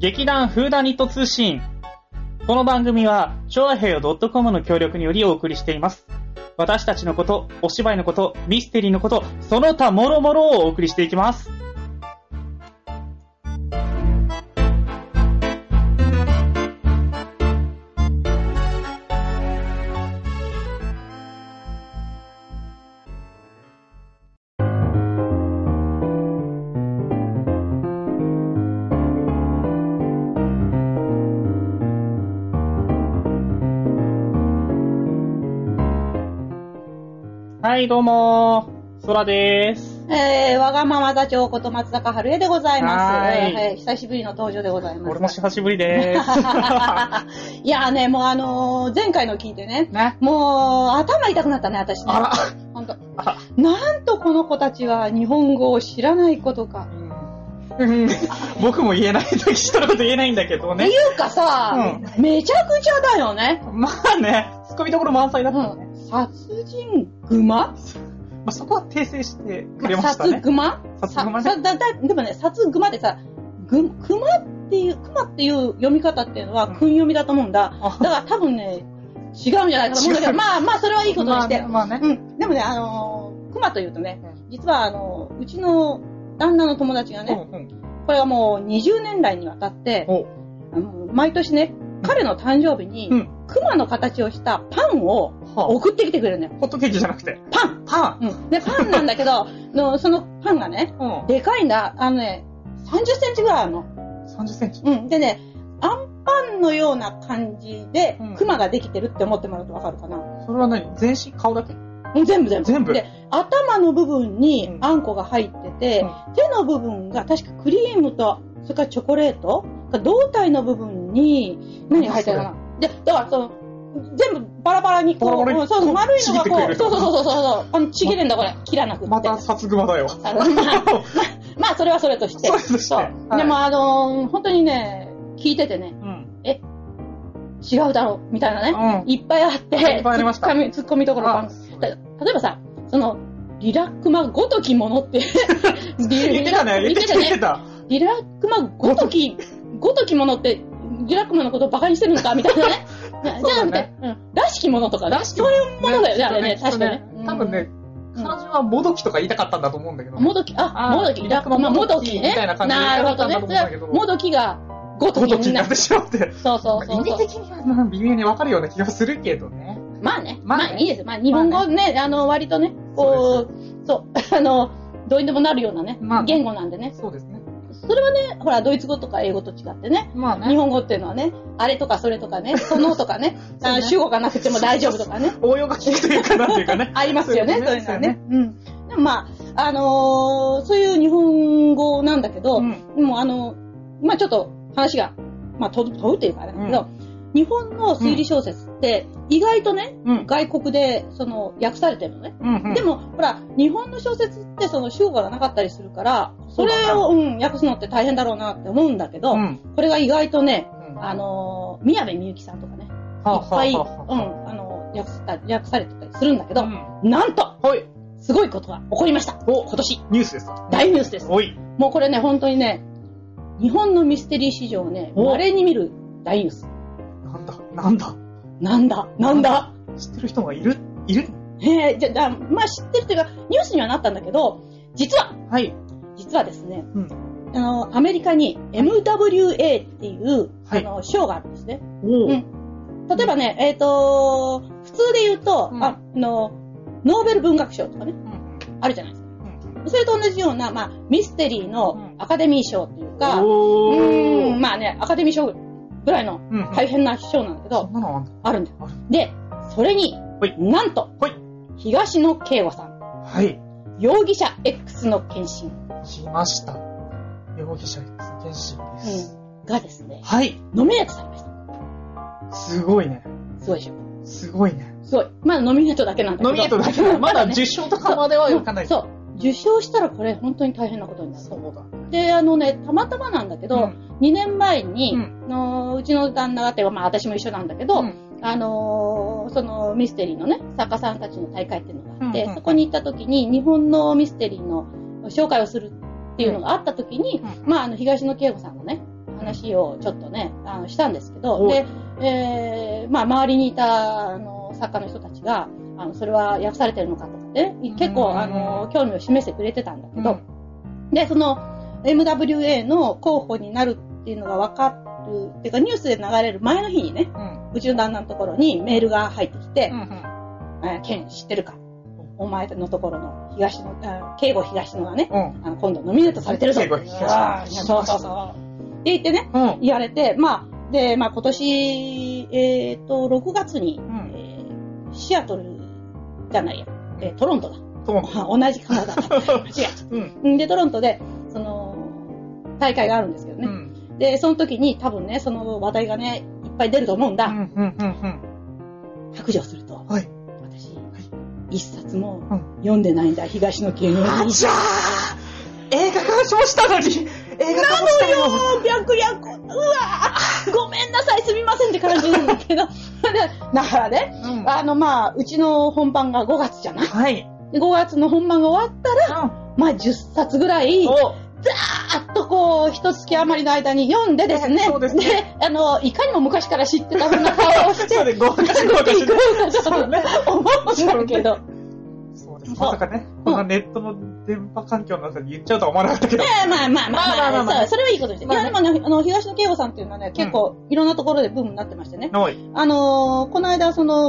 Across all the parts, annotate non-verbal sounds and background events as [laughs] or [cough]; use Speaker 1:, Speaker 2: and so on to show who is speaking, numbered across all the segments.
Speaker 1: 劇団フーダニット通信。この番組は、昭和平洋 .com の協力によりお送りしています。私たちのこと、お芝居のこと、ミステリーのこと、その他もろもろをお送りしていきます。はい、どうもー、そらでーす。
Speaker 2: えー、わがまま座長こと松坂春江でございます。
Speaker 1: はーい
Speaker 2: えー久しぶりの登場でございます。
Speaker 1: 俺も久しぶりでーす。
Speaker 2: いやーね、もうあのー前回の聞いて [laughs] ね、
Speaker 1: ね。
Speaker 2: もう頭痛くなったね、私ね。
Speaker 1: あら。
Speaker 2: ほんと
Speaker 1: あら
Speaker 2: なんとこの子たちは日本語を知らないことか。
Speaker 1: うん [laughs] 僕も言えない、人のこと言えないんだけど
Speaker 2: って
Speaker 1: ね。
Speaker 2: いうかさ、めちゃくちゃだよね。
Speaker 1: まあね、ツッコミどころ満載だ
Speaker 2: う
Speaker 1: ったのね。
Speaker 2: ん、殺人熊
Speaker 1: まあ、そこは訂正してくれました
Speaker 2: 殺
Speaker 1: ね。
Speaker 2: 熊
Speaker 1: 殺熊ね
Speaker 2: ささだだでもね、殺熊ってさ、ぐ熊っていう、熊っていう読み方っていうのは、
Speaker 1: うん
Speaker 2: 訓読みだと思うんだ。
Speaker 1: あ
Speaker 2: だから多分ね、違うんじゃないかと思うんだけ
Speaker 1: 違
Speaker 2: ど、
Speaker 1: う
Speaker 2: まあまあ、それはいいことにして。
Speaker 1: まあね。まあね
Speaker 2: うん。でもね、あのー、熊というとね
Speaker 1: う、
Speaker 2: 実はあのー、うちの旦那の友達が
Speaker 1: う
Speaker 2: ね、
Speaker 1: んうん。
Speaker 2: これはもう20年来にわたって、
Speaker 1: お
Speaker 2: あのー毎年ね、彼の誕生日
Speaker 1: う
Speaker 2: に、
Speaker 1: ん。
Speaker 2: 熊の形をしたパンを
Speaker 1: は
Speaker 2: 送ってきてくれるのよ
Speaker 1: あ。。ホットケーキじゃなくて。
Speaker 2: パン
Speaker 1: パン。
Speaker 2: うん。で、パンなんだけど、 [laughs] のそのパンがね、
Speaker 1: うん。
Speaker 2: でかいんだ。あのね、30センチぐらいあるの。
Speaker 1: 30センチ。
Speaker 2: うん。でね、アンパンのような感じで
Speaker 1: うん、
Speaker 2: クマができてるって思ってもらうとわかるかな。
Speaker 1: それは何全身顔だけ
Speaker 2: うん全部全部。
Speaker 1: 全部
Speaker 2: で、頭の部分に
Speaker 1: うん
Speaker 2: あんこが入ってて、手の部分が確かクリームと、それからチョコレート胴体の部分に何が入ってるかな。で、だからその、全部バラバラにこ
Speaker 1: バラ
Speaker 2: う、
Speaker 1: バラに
Speaker 2: うんそうそう丸いのが
Speaker 1: ちぎってく
Speaker 2: こ
Speaker 1: れ
Speaker 2: う、
Speaker 1: る
Speaker 2: そうそうそうそうそう、あのちぎれんだこれ、切らなくって。
Speaker 1: また殺熊 [laughs] だよ。
Speaker 2: あの [laughs] まあ、まあ、それはそれとして。
Speaker 1: そうですね
Speaker 2: そう
Speaker 1: はい
Speaker 2: でも、あのー本当にね、聞いててね、
Speaker 1: うん。
Speaker 2: 違うだろう、みたいなね、
Speaker 1: うん
Speaker 2: いっぱいあって、
Speaker 1: いっぱいありました
Speaker 2: ツッコミツッコミどころ
Speaker 1: あ
Speaker 2: ばだ例えばさ、その、リラックマごときものって、リ
Speaker 1: [laughs] 言ってたね。言っ
Speaker 2: リ
Speaker 1: て
Speaker 2: ラ
Speaker 1: た、言ってた。
Speaker 2: リラックマごとき、ごときものって、リラックマのことをバカにしてるのか、みたい
Speaker 1: [laughs]
Speaker 2: なね。じゃなくて、うんらしきものとか、らしきものだよね、あれね、
Speaker 1: きっ
Speaker 2: 確
Speaker 1: と
Speaker 2: かね。うん
Speaker 1: 多分ね、
Speaker 2: う
Speaker 1: 彼
Speaker 2: ん
Speaker 1: 女はもどきとか言いたかったんだと思うんだけど。
Speaker 2: もどき、あ、
Speaker 1: あー
Speaker 2: もどき、
Speaker 1: リ
Speaker 2: リ
Speaker 1: ラ
Speaker 2: ラ
Speaker 1: ッ
Speaker 2: ッ
Speaker 1: ク
Speaker 2: ク
Speaker 1: マ
Speaker 2: マ、
Speaker 1: も
Speaker 2: も
Speaker 1: ど
Speaker 2: ど
Speaker 1: き
Speaker 2: き
Speaker 1: み
Speaker 2: ね
Speaker 1: たいな。感じで
Speaker 2: なるほどね
Speaker 1: やりたかったんだと思うんだけど。
Speaker 2: もどきが、ごと
Speaker 1: もど
Speaker 2: き
Speaker 1: き
Speaker 2: に
Speaker 1: に
Speaker 2: な
Speaker 1: なって。
Speaker 2: る
Speaker 1: しまって。
Speaker 2: そうそう
Speaker 1: 意
Speaker 2: そう
Speaker 1: 味
Speaker 2: そう。
Speaker 1: 的にはまあ微妙に分かるような気がするけどね。
Speaker 2: まあね、
Speaker 1: まあ
Speaker 2: ま
Speaker 1: ね
Speaker 2: あいいです。まあ日本語ね、あの、割とね、こう、そう、 [laughs] あの、どうにでもなるようなね
Speaker 1: まあ、
Speaker 2: 言語なんでね。
Speaker 1: そうですね。
Speaker 2: それはね、ほら、ドイツ語とか英語と違ってね、
Speaker 1: まあ
Speaker 2: 日。本語っていうのはね、あれとかそれとか
Speaker 1: [laughs]
Speaker 2: ね、そのとかね、
Speaker 1: そう
Speaker 2: あ
Speaker 1: ね
Speaker 2: の主語がなくても大丈夫とかね。
Speaker 1: 応用が効くというか、なんていうかね
Speaker 2: [laughs] 。ありますよね、
Speaker 1: そ
Speaker 2: そうう
Speaker 1: で
Speaker 2: いう
Speaker 1: すよ
Speaker 2: のは
Speaker 1: ね
Speaker 2: ね。うん。でもまあ、あのー、そういう日本語なんだけど、
Speaker 1: うん
Speaker 2: もうあの、まあちょっと話が、まあ飛ぶ、飛ぶっていうかあれだけど、日本の推理小説って意外とね、
Speaker 1: うん。
Speaker 2: 外国でその訳されてるのね。
Speaker 1: うんうん
Speaker 2: でも、ほら、日本の小説ってその主語がなかったりするから、
Speaker 1: そ
Speaker 2: そう
Speaker 1: だね
Speaker 2: れを、うん、訳すのって大変だろうなって思うんだけど、
Speaker 1: うん。
Speaker 2: これが意外とね、
Speaker 1: うん
Speaker 2: あのー、宮部みゆきさんとかね、いっ
Speaker 1: はあはあ
Speaker 2: ぱい、うん、
Speaker 1: はあ
Speaker 2: あのー、訳さ訳されてたりするんだけど、
Speaker 1: うん
Speaker 2: なんと、
Speaker 1: はい。
Speaker 2: すごいことが起こりました。
Speaker 1: お
Speaker 2: 今年、
Speaker 1: ニュースですか
Speaker 2: 大ニュースです。
Speaker 1: おい。
Speaker 2: もうこれね、本当にね、日本のミステリー史上ね、
Speaker 1: お
Speaker 2: 稀に見る大ニュース。
Speaker 1: なんだ、なんだ。
Speaker 2: なんだ、なんだ。
Speaker 1: 知ってる人がいるいる
Speaker 2: えー、じゃ、だまあ知ってるというか、ニュースにはなったんだけど、実は、
Speaker 1: はい。
Speaker 2: 実はですね、
Speaker 1: うん
Speaker 2: あの、アメリカに MWA っていう、
Speaker 1: はい
Speaker 2: あの、賞があるんですね。
Speaker 1: お
Speaker 2: う
Speaker 1: ー
Speaker 2: ん例えばね、えっ、と、普通で言うと、
Speaker 1: うん
Speaker 2: ああの、ノーベル文学賞とかね、
Speaker 1: うん
Speaker 2: あるじゃないですか。
Speaker 1: うん
Speaker 2: それと同じような、まあ、ミステリーのアカデミー賞っていうか、う
Speaker 1: お
Speaker 2: ーん、まあね、アカデミー賞ぐらいの
Speaker 1: うん。
Speaker 2: 大。変な賞なんだけ
Speaker 1: そ
Speaker 2: ど、
Speaker 1: んなのあんだ
Speaker 2: あるんだよ
Speaker 1: ある。
Speaker 2: で、それに
Speaker 1: ほい、
Speaker 2: なんと
Speaker 1: ほい、
Speaker 2: 東野圭吾さん、
Speaker 1: はい。
Speaker 2: 容疑者 X の献身
Speaker 1: 来ました。容疑者 X 検診です。
Speaker 2: がですね、
Speaker 1: はい。
Speaker 2: ノミネートされました。
Speaker 1: すごいね。
Speaker 2: すごいでしょ。
Speaker 1: すごいね。
Speaker 2: すごい。まだノミネートだけなんだけど。
Speaker 1: ノミネートだけだ。ま
Speaker 2: [laughs]
Speaker 1: だ受賞とかまでは
Speaker 2: そう
Speaker 1: いかない。
Speaker 2: そう。受賞したらこれ本当に大変なことになる。
Speaker 1: そうだ。
Speaker 2: で、あのね、たまたまなんだけ
Speaker 1: う
Speaker 2: ど、
Speaker 1: ん
Speaker 2: 2年前に、
Speaker 1: う
Speaker 2: うんのうちの旦那がっていうか、まあ私も一緒なんだけど、
Speaker 1: うん
Speaker 2: あのーそのミステリーのね、作家さんたちの大会っていうのがあって、
Speaker 1: うんうん
Speaker 2: そこに行った時に日本のミステリーの紹介をするっていうのがあった時に、
Speaker 1: うん
Speaker 2: まああの東野圭吾さんがね、あ話をちょっとね、あのしたんですけど、
Speaker 3: お
Speaker 2: で、えーまあ、周りにいたあの作家の人たちが、あのそれは訳されてるのかとかね、結
Speaker 3: うん
Speaker 2: 構あの興味を示してくれてたんだけど、で、その MWA の候補になるっていうのが分かる、っていうかニュースで流れる前の日にね、
Speaker 1: うん。
Speaker 2: うちの旦那のところにメールが入ってきて、
Speaker 1: うん。
Speaker 2: えーケン知ってるかお前のところの東の、あー敬語東野がね、
Speaker 1: うん。
Speaker 2: あの今度ノミネートされてるぞ。
Speaker 1: 敬語東野
Speaker 2: あーそうそうそう。って言ってね、
Speaker 1: うん。
Speaker 2: 言われて、まあ、で、まあ今年、えっ、と、6月に、
Speaker 1: ん
Speaker 2: えーシアトルじゃないや、えートロントだ。 [laughs]
Speaker 1: トン。
Speaker 2: あ同じカナダだ。
Speaker 1: [laughs]
Speaker 2: 違
Speaker 1: うん。
Speaker 2: う。で、トロントで、その、大会があるんですけど
Speaker 1: う
Speaker 2: ね。
Speaker 1: ん。
Speaker 2: で、その時に多分ね、その話題がね、いっぱい出ると思うんだ。
Speaker 1: うん。うん。うん。
Speaker 2: 白状すると、
Speaker 1: はい
Speaker 2: 私、一冊も
Speaker 1: うん
Speaker 2: 読んでないんだ、東野圭吾。
Speaker 1: あじゃあ映画化しましたのに映画化もしたのに
Speaker 2: 白略、うわーごめんなさい、すみませんって感じなんだけど。で [laughs] だからね、
Speaker 1: うん
Speaker 2: あの、まあ、うちの本番が5月じゃない
Speaker 1: はい。
Speaker 2: で ?5 月の本番が終わったら、まあ、10冊ぐら
Speaker 1: [laughs]
Speaker 2: い、
Speaker 1: お
Speaker 2: あっとこう、一月余りの間に読んでですね、
Speaker 1: そうですね
Speaker 2: あの、いかにも昔から知ってたふうな顔をして、
Speaker 1: [laughs] そうでごまかし
Speaker 2: ご
Speaker 1: ご
Speaker 2: ま
Speaker 1: ま
Speaker 2: か
Speaker 1: か
Speaker 2: し [laughs]
Speaker 1: し
Speaker 2: ごまかしと
Speaker 1: そうね
Speaker 2: 思うんだけど。
Speaker 1: そうです。まさかね、こんなネットの電波環境の中で言っちゃうとは思わなかったけど。
Speaker 2: ええまあまあまあま
Speaker 1: ま
Speaker 2: あ
Speaker 1: あまあまあ
Speaker 2: そうそれはいいことです。
Speaker 1: まあね
Speaker 2: いや、でもね、あの、東野圭吾さんっていうのはね、結構、いろんなところでブームになってましてね。
Speaker 1: おい。
Speaker 2: あのーこの間、その、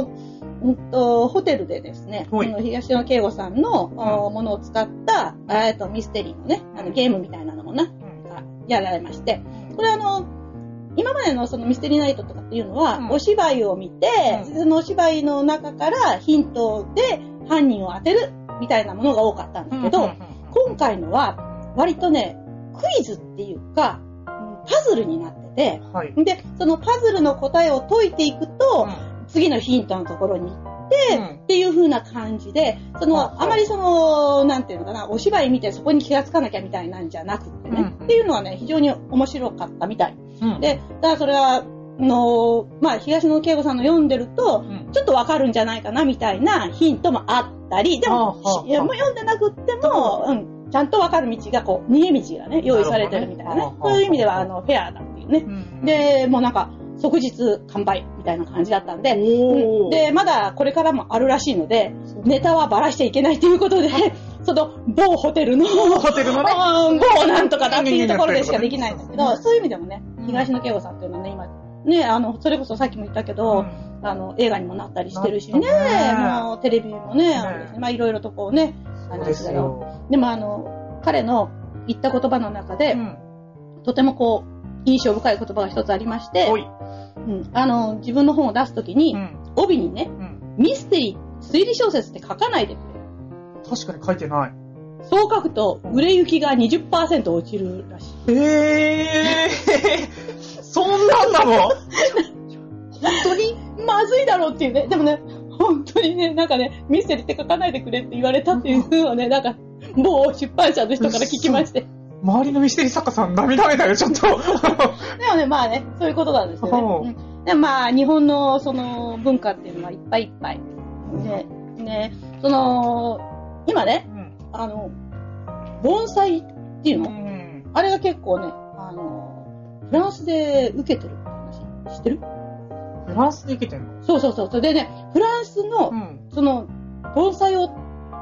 Speaker 2: うんと、ホテルでですね、そ
Speaker 1: はい
Speaker 2: の東野圭吾さんの、おものを使った、えっと、ミステリーのね、あの、ゲームみたいなのもな、やられまして、これあの、今までのそのミステリーナイトとかっていうのは、
Speaker 1: うん
Speaker 2: お芝居を見て、
Speaker 1: うん
Speaker 2: そのお芝居の中からヒントで犯人を当てるみたいなものが多かったんだけど、今回のは割とね、クイズっていうか、うんパズルになって
Speaker 1: はい。
Speaker 2: て、で、そのパズルの答えを解いていくと、次のヒントのところに行っ
Speaker 1: で
Speaker 2: て、っていう風な感じで、その、
Speaker 1: あ
Speaker 2: あまりその、なんていうのかな、お芝居見てそこに気がつかなきゃみたいなんじゃなくってね、
Speaker 1: うん
Speaker 2: っていうのはね、非常に面白かったみたい。
Speaker 1: うん、
Speaker 2: で、だからそれは、あのまあ、東野圭吾さんの読んでると、ちょっとわかるんじゃないかなみたいなヒントもあったり、でも、
Speaker 1: ああああ
Speaker 2: しいやもう読んでなくっても、うん、ちゃんとわかる道がこう、逃げ道がね、用意されてるみたいな
Speaker 1: なる
Speaker 2: ね
Speaker 1: ほ。どねああ
Speaker 2: そういう意味では、あの、フェアだっていうね
Speaker 1: う。ん、
Speaker 2: で、もうなんか、即日完売みたいな感じだったんで、
Speaker 1: おー
Speaker 2: うんで、まだこれからもあるらしいので、ネタはばらしちゃいけないということで、その某ホテルの、
Speaker 1: ホテルのね、
Speaker 2: あー某なんとかだっていうところでしかできないんだけ
Speaker 1: うんうん
Speaker 2: ど、そういう意味でもね
Speaker 1: う、ん
Speaker 2: 東野圭吾さんっていうのはね、今、ね、あの、それこそさっきも言ったけど、あの、映画にもなったりしてるしね、
Speaker 1: なったね
Speaker 2: もうテレビもね、
Speaker 1: ね
Speaker 2: あのですねまあいろいろとこうね、
Speaker 1: そ
Speaker 2: あ
Speaker 1: う
Speaker 2: の
Speaker 1: ですよ。
Speaker 2: でもあの、彼の言った言葉の中で、
Speaker 1: ん。
Speaker 2: とてもこう、印象深い言葉が一つありまして、
Speaker 1: おい。
Speaker 2: うん、あの、自分の本を出すときに、
Speaker 1: ん。
Speaker 2: 帯にね、
Speaker 1: うん。
Speaker 2: ミステリー、推理小説って書かないでくれ。
Speaker 1: 確かに書いてない。
Speaker 2: そう書くと、売れ行きが20%落ちるらしい。
Speaker 1: えー、そんなんなの
Speaker 2: 本当にまずいだろうっていうね。でもね、本当にね、なんかね、ミステリーって書かないでくれって言われたっていうのをね、なんか、某出版社の人から聞きまして。
Speaker 1: 周りのミステリー作家さん涙目だよ、ちょっと。
Speaker 2: でもね、まあね、そういうことなんですよ
Speaker 1: ほう
Speaker 2: ね。うん、でまあ、日本のその文化っていうのはいっぱいいっぱい。ね、ね、その、今ね、
Speaker 1: うん。
Speaker 2: あの、盆栽っていう
Speaker 1: う
Speaker 2: の、
Speaker 1: ん。
Speaker 2: あれが結構ね、あの、フランスで受けてるって話、知ってる
Speaker 1: フランスで生きてんの
Speaker 2: そうそうそう。それでね、フランスの、
Speaker 1: ん。
Speaker 2: その、盆栽を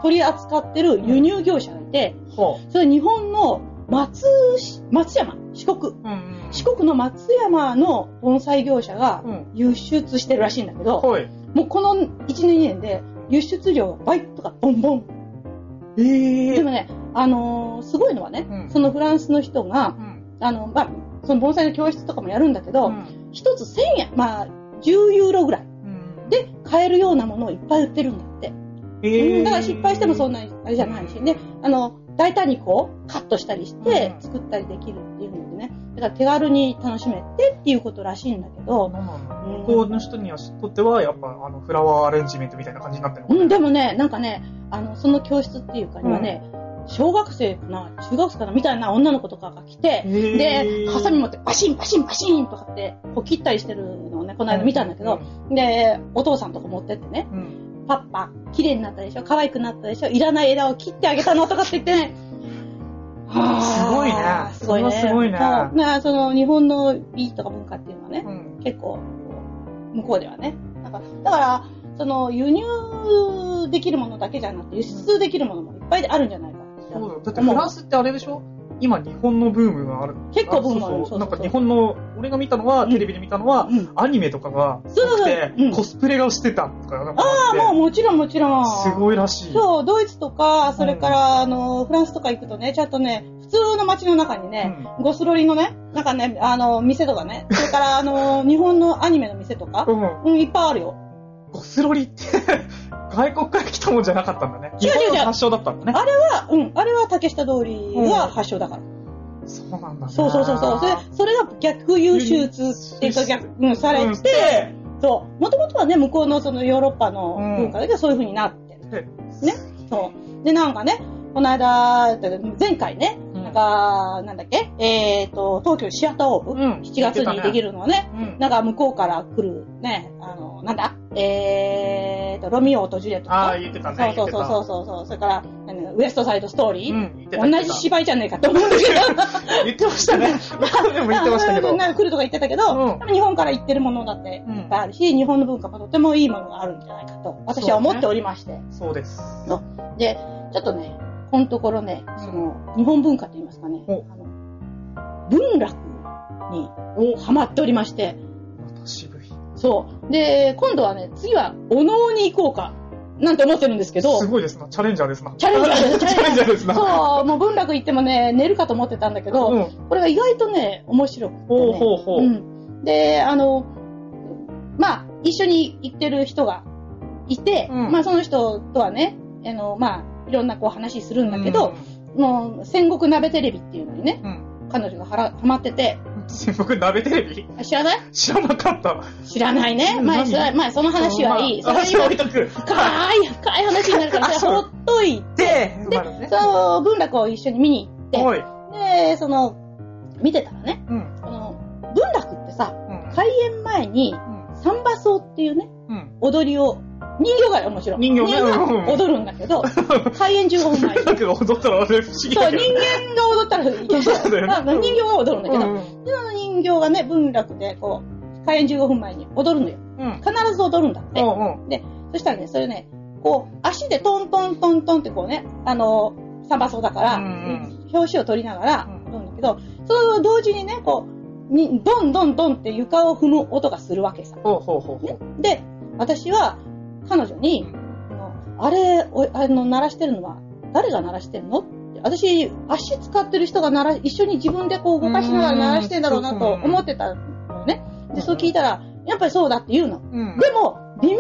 Speaker 2: 取り扱ってる輸入業者がいて、
Speaker 1: ほ
Speaker 2: それ日本の松し、松山、四国。
Speaker 1: う。うん。
Speaker 2: 四国の松山の盆栽業者が
Speaker 1: うん。
Speaker 2: 輸出してるらしいんだけど、
Speaker 1: ほい。
Speaker 2: もうこの1年2年で輸出量が倍とかボンボン。
Speaker 1: えー。
Speaker 2: でもね、あのーすごいのはね、
Speaker 1: うん
Speaker 2: そのフランスの人が、
Speaker 1: うん。
Speaker 2: あの、まあ、その盆栽の教室とかもやるんだけど、
Speaker 1: うん。
Speaker 2: 一つ1000円、まあ、10ユーロぐらい
Speaker 1: うん、
Speaker 2: で買えるようなものをいっぱい売ってるんだって。
Speaker 1: え
Speaker 2: う
Speaker 1: ー、
Speaker 2: んだから失敗してもそん
Speaker 1: な。
Speaker 2: なにあれじゃないしね、あの、大胆にこう、カットしたりして
Speaker 1: うん
Speaker 2: 作ったりできるっていうのでね、だから手軽に楽しめてっていうことらしいんだけど、
Speaker 1: なんなんだろう
Speaker 2: うん
Speaker 1: 向こうの人にはとっては、やっぱ、あの、フラワーアレンジメントみたいな感じになってるのか
Speaker 2: う、
Speaker 1: なん
Speaker 2: でもね、なんかね、あの、その教室っていうか今ね、小学生かな、中学生かな、みたいな女の子とかが来て、で、ハサミ持ってバシンバシンバシンとかって、こう切ったりしてるのをね、この間見たんだけど、、で、お父さんとか持ってってね、
Speaker 1: うんうん
Speaker 2: パパ、綺麗になったでしょ可愛くなったでしょいらない枝を切ってあげたのとかって言ってね、
Speaker 1: すごいね。
Speaker 2: すごい
Speaker 1: そ
Speaker 2: ね。
Speaker 1: れはすごいね。
Speaker 2: そうまあ、その、日本の美とか文化っていうのはね、
Speaker 1: うん
Speaker 2: 結構、向こうではね。なんかだから、その、輸入できるものだけじゃなくて、輸出できるものもいっぱいあるんじゃないかって
Speaker 1: そうだよだってフランスってあれでしょ今日本のブームがある。
Speaker 2: 結構ブームある
Speaker 1: そう
Speaker 2: そ
Speaker 1: そう
Speaker 2: そう
Speaker 1: うなんか日本の、俺が見たのは、テレビで見たのは、
Speaker 2: うん
Speaker 1: アニメとかが
Speaker 2: そう
Speaker 1: 多く
Speaker 2: そうそう
Speaker 1: て、
Speaker 2: うん
Speaker 1: コスプレがしてたとかなんか
Speaker 2: ああ、もう
Speaker 1: って、
Speaker 2: もちろんもちろん。
Speaker 1: すごいらしい。
Speaker 2: そう、ドイツとか、それから、あの、フランスとか行くとね、ちゃんとね、普通の街の中にね、ゴスロリのね、なんかね、あの、店と
Speaker 1: [laughs]
Speaker 2: かね、それから、あの、日本のアニメの店とか
Speaker 1: う、ん。うん。
Speaker 2: うん、いっぱいあるよ。
Speaker 1: ゴスロリって、 [laughs] 外国から来たもんじゃなかったんだね。日
Speaker 2: 違う違う
Speaker 1: 本の発祥だったんだね。
Speaker 2: あうん、あれは竹下通りが発祥だから。
Speaker 1: そうなんだね。
Speaker 2: そうそうそうそう。それ、それが逆輸出っていうか逆、うん、され、
Speaker 1: うんして
Speaker 2: そう。もともとはね、向こうのそのヨーロッパの
Speaker 1: うん
Speaker 2: 文化だけど、そういう風になってる。
Speaker 1: で
Speaker 2: ね。そう。で、なんかね、この間、前回ね、
Speaker 1: うん
Speaker 2: なんか、なんだっけ、えっ、と、東京シアターオープン、
Speaker 1: うん
Speaker 2: 7月にでき
Speaker 1: る。
Speaker 2: るのね、
Speaker 1: うん。
Speaker 2: なんか向こうから来るね、あの、なんだ、えっ、と、ロミオとジュリエットと
Speaker 1: あ
Speaker 2: か
Speaker 1: あ、、言ってた
Speaker 2: そ
Speaker 1: ね言
Speaker 2: う。そ
Speaker 1: っ
Speaker 2: う
Speaker 1: て
Speaker 2: そう
Speaker 1: た
Speaker 2: そうそうそう、それから、なんだウエストサイドストーリー、
Speaker 1: うん言ってた
Speaker 2: 同じ芝居じゃねえかと思うんだけど。
Speaker 1: 言ってましたね。向こうでも言ってましたけど。
Speaker 2: なんか来るとか言ってたけど、
Speaker 1: うん
Speaker 2: でも日本から行ってるものだっていっぱいあるし、日本の文化もとてもいいものがあるんじゃないかと、私は思っておりまして。
Speaker 1: そうです。
Speaker 2: で、ちょっとね、このところね、その、日本文化と言いますかね、あ
Speaker 1: お
Speaker 2: の文楽にハマっておりまして、
Speaker 1: また渋い。
Speaker 2: そう。で、今度はね、次は、お能に行こうか、なんて思ってるんですけど、
Speaker 1: すごいですな。チャレンジャーですな。
Speaker 2: チャレンジャーです
Speaker 1: チャレンジャーですな。
Speaker 2: そう、もう文楽行ってもね、寝るかと思ってたんだけど、
Speaker 1: うん。
Speaker 2: これが意外とね、面白くて、ね。
Speaker 1: ほうほうほう。
Speaker 2: うん、で、あの、まあ、一緒に行ってる人がいて、
Speaker 1: うん
Speaker 2: まあ、その人とはね、あの、まあ、いろんなこう話するんだけど、
Speaker 1: う
Speaker 2: もう、戦国鍋テレビっていうのにね、
Speaker 1: ん、うん。
Speaker 2: 彼女がはらはまってて、
Speaker 1: 僕、鍋テレビ
Speaker 2: あ知らない
Speaker 1: 知らなかった。
Speaker 2: 知らないね。
Speaker 1: 何
Speaker 2: 前、知らない前、その話はいい。
Speaker 1: まあ話
Speaker 2: それ
Speaker 1: は置
Speaker 2: は
Speaker 1: いとく。
Speaker 2: 深い、深い話になるから、
Speaker 1: [laughs] あ
Speaker 2: そ
Speaker 1: そう
Speaker 2: れほっとい
Speaker 1: で、
Speaker 2: で
Speaker 1: まあね
Speaker 2: て、そう、文楽を一緒に見に行っ
Speaker 1: おい。
Speaker 2: て、で、その、見てたらね、
Speaker 1: うん。
Speaker 2: あの、文楽ってさ、
Speaker 1: うん
Speaker 2: 開演前に、サンバソーっていうね、
Speaker 1: うん。
Speaker 2: 踊りを、人形がよ、もちろん。
Speaker 1: 人形ね
Speaker 2: が踊るんだ
Speaker 1: [laughs]
Speaker 2: けど、開演15分前に。
Speaker 1: だけど踊ったらあれ不思議
Speaker 2: そ
Speaker 1: だ
Speaker 2: う、
Speaker 1: けど
Speaker 2: 人間が踊ったらいけない。
Speaker 1: そうだよね
Speaker 2: まあ人形は踊るんだけど、
Speaker 1: うん
Speaker 2: その人形がね、文楽で、こう、開演15分前に踊るのよ。
Speaker 1: うん。
Speaker 2: 必ず踊るんだって。
Speaker 1: うんうん。
Speaker 2: そしたらね、それね、こう、足でトントントントンってこうね、あの、サンバソーだから、
Speaker 1: うん
Speaker 2: 表紙を取りながら
Speaker 1: うん
Speaker 2: 踊るんだけど、それを同時にね、こう、にドンドンドンって床を踏む音がするわけさ。
Speaker 1: ほうほうほう
Speaker 2: ね
Speaker 1: ほ
Speaker 2: で、私は彼女に、あのあれおあの、鳴らしてるのは、誰が鳴らしてんのって私、足使ってる人が鳴ら、一緒に自分でこう動かしながら鳴らしてんだろうなと
Speaker 1: うん
Speaker 2: 思ってたのね。
Speaker 1: う
Speaker 2: で、
Speaker 1: ん
Speaker 2: そう聞いたら、やっぱりそうだって言うの。
Speaker 1: う。うん。
Speaker 2: でも、微妙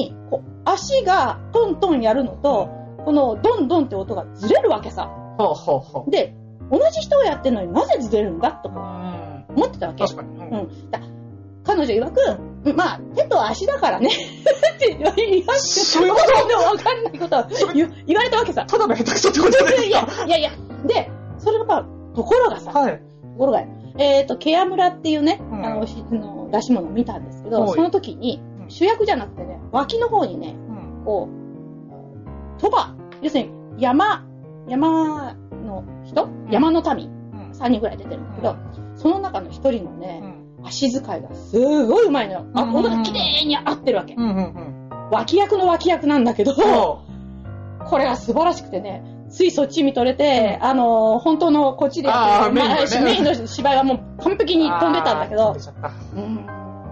Speaker 2: に、こう、足がトントンやるのと、このドンドンって音がずれるわけさ。
Speaker 1: ほうほうほ
Speaker 2: で、同じ人をやってるのになぜずれるんだと
Speaker 1: う。うん。
Speaker 2: 思ってたわけ。
Speaker 1: 確かに。うん
Speaker 2: うん。だ彼女曰く、まあ、手と足だからね、 [laughs] って言われて、
Speaker 1: そういうこ
Speaker 2: [laughs] でもわかんないことを言言われたわけさ。
Speaker 1: ただの下手くそってことじゃないです
Speaker 2: いや
Speaker 1: か。、
Speaker 2: いやいや。で、それがまあ、ところがさ、
Speaker 1: はい。
Speaker 2: ところが、えっ、と、ケア村っていうね、
Speaker 1: うん
Speaker 2: あの、しの出し物を見たんですけど、
Speaker 1: はい
Speaker 2: その時に、
Speaker 1: うん
Speaker 2: 主役じゃなくてね、脇の方にね、
Speaker 1: うん。
Speaker 2: こう、鳥羽、要するに山、山の人、
Speaker 1: ん
Speaker 2: 山の民、
Speaker 1: うん。
Speaker 2: 3人ぐらい出てるんだけど、その中の1人のね、
Speaker 1: うん。
Speaker 2: 足使いがすごいうまいのよ。あ、
Speaker 1: うん
Speaker 2: 音が綺麗に合ってるわけ。
Speaker 1: うん。うん。
Speaker 2: 脇役の脇役なんだけど、
Speaker 1: ほ
Speaker 2: これが素晴らしくてね、ついそっち見とれて、あのー、本当のこっちでやってる
Speaker 1: あーメインのね
Speaker 2: メインの芝居はもう完璧
Speaker 1: う。
Speaker 2: に飛んでたんだけ
Speaker 1: あー飛
Speaker 2: ど
Speaker 1: で、ちゃった。
Speaker 2: うん。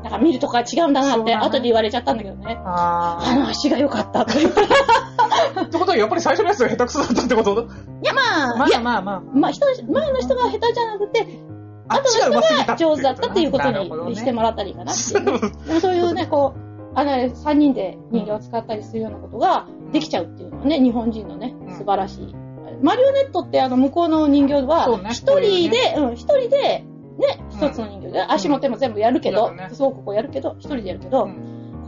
Speaker 2: なんか見るとこは違うんだな
Speaker 1: そ
Speaker 2: っ
Speaker 1: う
Speaker 2: て、
Speaker 1: だね
Speaker 2: 後で言われちゃったんだけどね。
Speaker 1: あ
Speaker 2: あの足が良かったって言ったら。い
Speaker 1: あ。ってことは、やっぱり最初のやつが下手くそだったってこと
Speaker 2: や、まあ、いや、
Speaker 1: [laughs] まあまあ。
Speaker 2: まあ、人、前の人が下手じゃなくて、
Speaker 1: あっちが上手すぎた
Speaker 2: 上手だったっていうことにしてもらったらいいかなっていうね。でもそういうね、こう、あの、3人で人形を使ったりするようなことができちゃうっていうのはね、日本人のね
Speaker 1: う、ん
Speaker 2: 素晴らしい。マリオネットってあの、向こうの人形
Speaker 1: そ
Speaker 2: は
Speaker 1: う、ね
Speaker 2: 一人で、うん、一人で、ね、一つの人形で、足も手も全部やるけ
Speaker 1: う
Speaker 2: ど
Speaker 1: んやる、ね
Speaker 2: そう、ここやるけど、一人でやるけど、
Speaker 1: う
Speaker 2: こ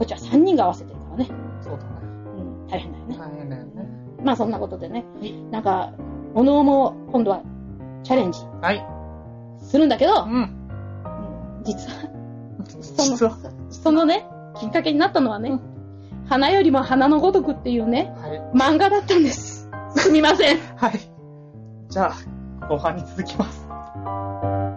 Speaker 2: っちは3人が合わせてるからね、
Speaker 1: そうだね。
Speaker 2: うん、大変だよね。
Speaker 1: 大変だよね。
Speaker 2: まあそんなことでね
Speaker 1: はい、
Speaker 2: なんか、お能も今度はチャレンジ
Speaker 1: はい。
Speaker 2: するんだけど、
Speaker 1: うん。
Speaker 2: うん実は、
Speaker 1: 実は。
Speaker 2: そのね、きっかけになったのはね、花よりも花のごとくっていうね、
Speaker 1: はい。
Speaker 2: 漫画だったんです。すみません。
Speaker 1: はい。じゃあ、
Speaker 3: 後半に続きます。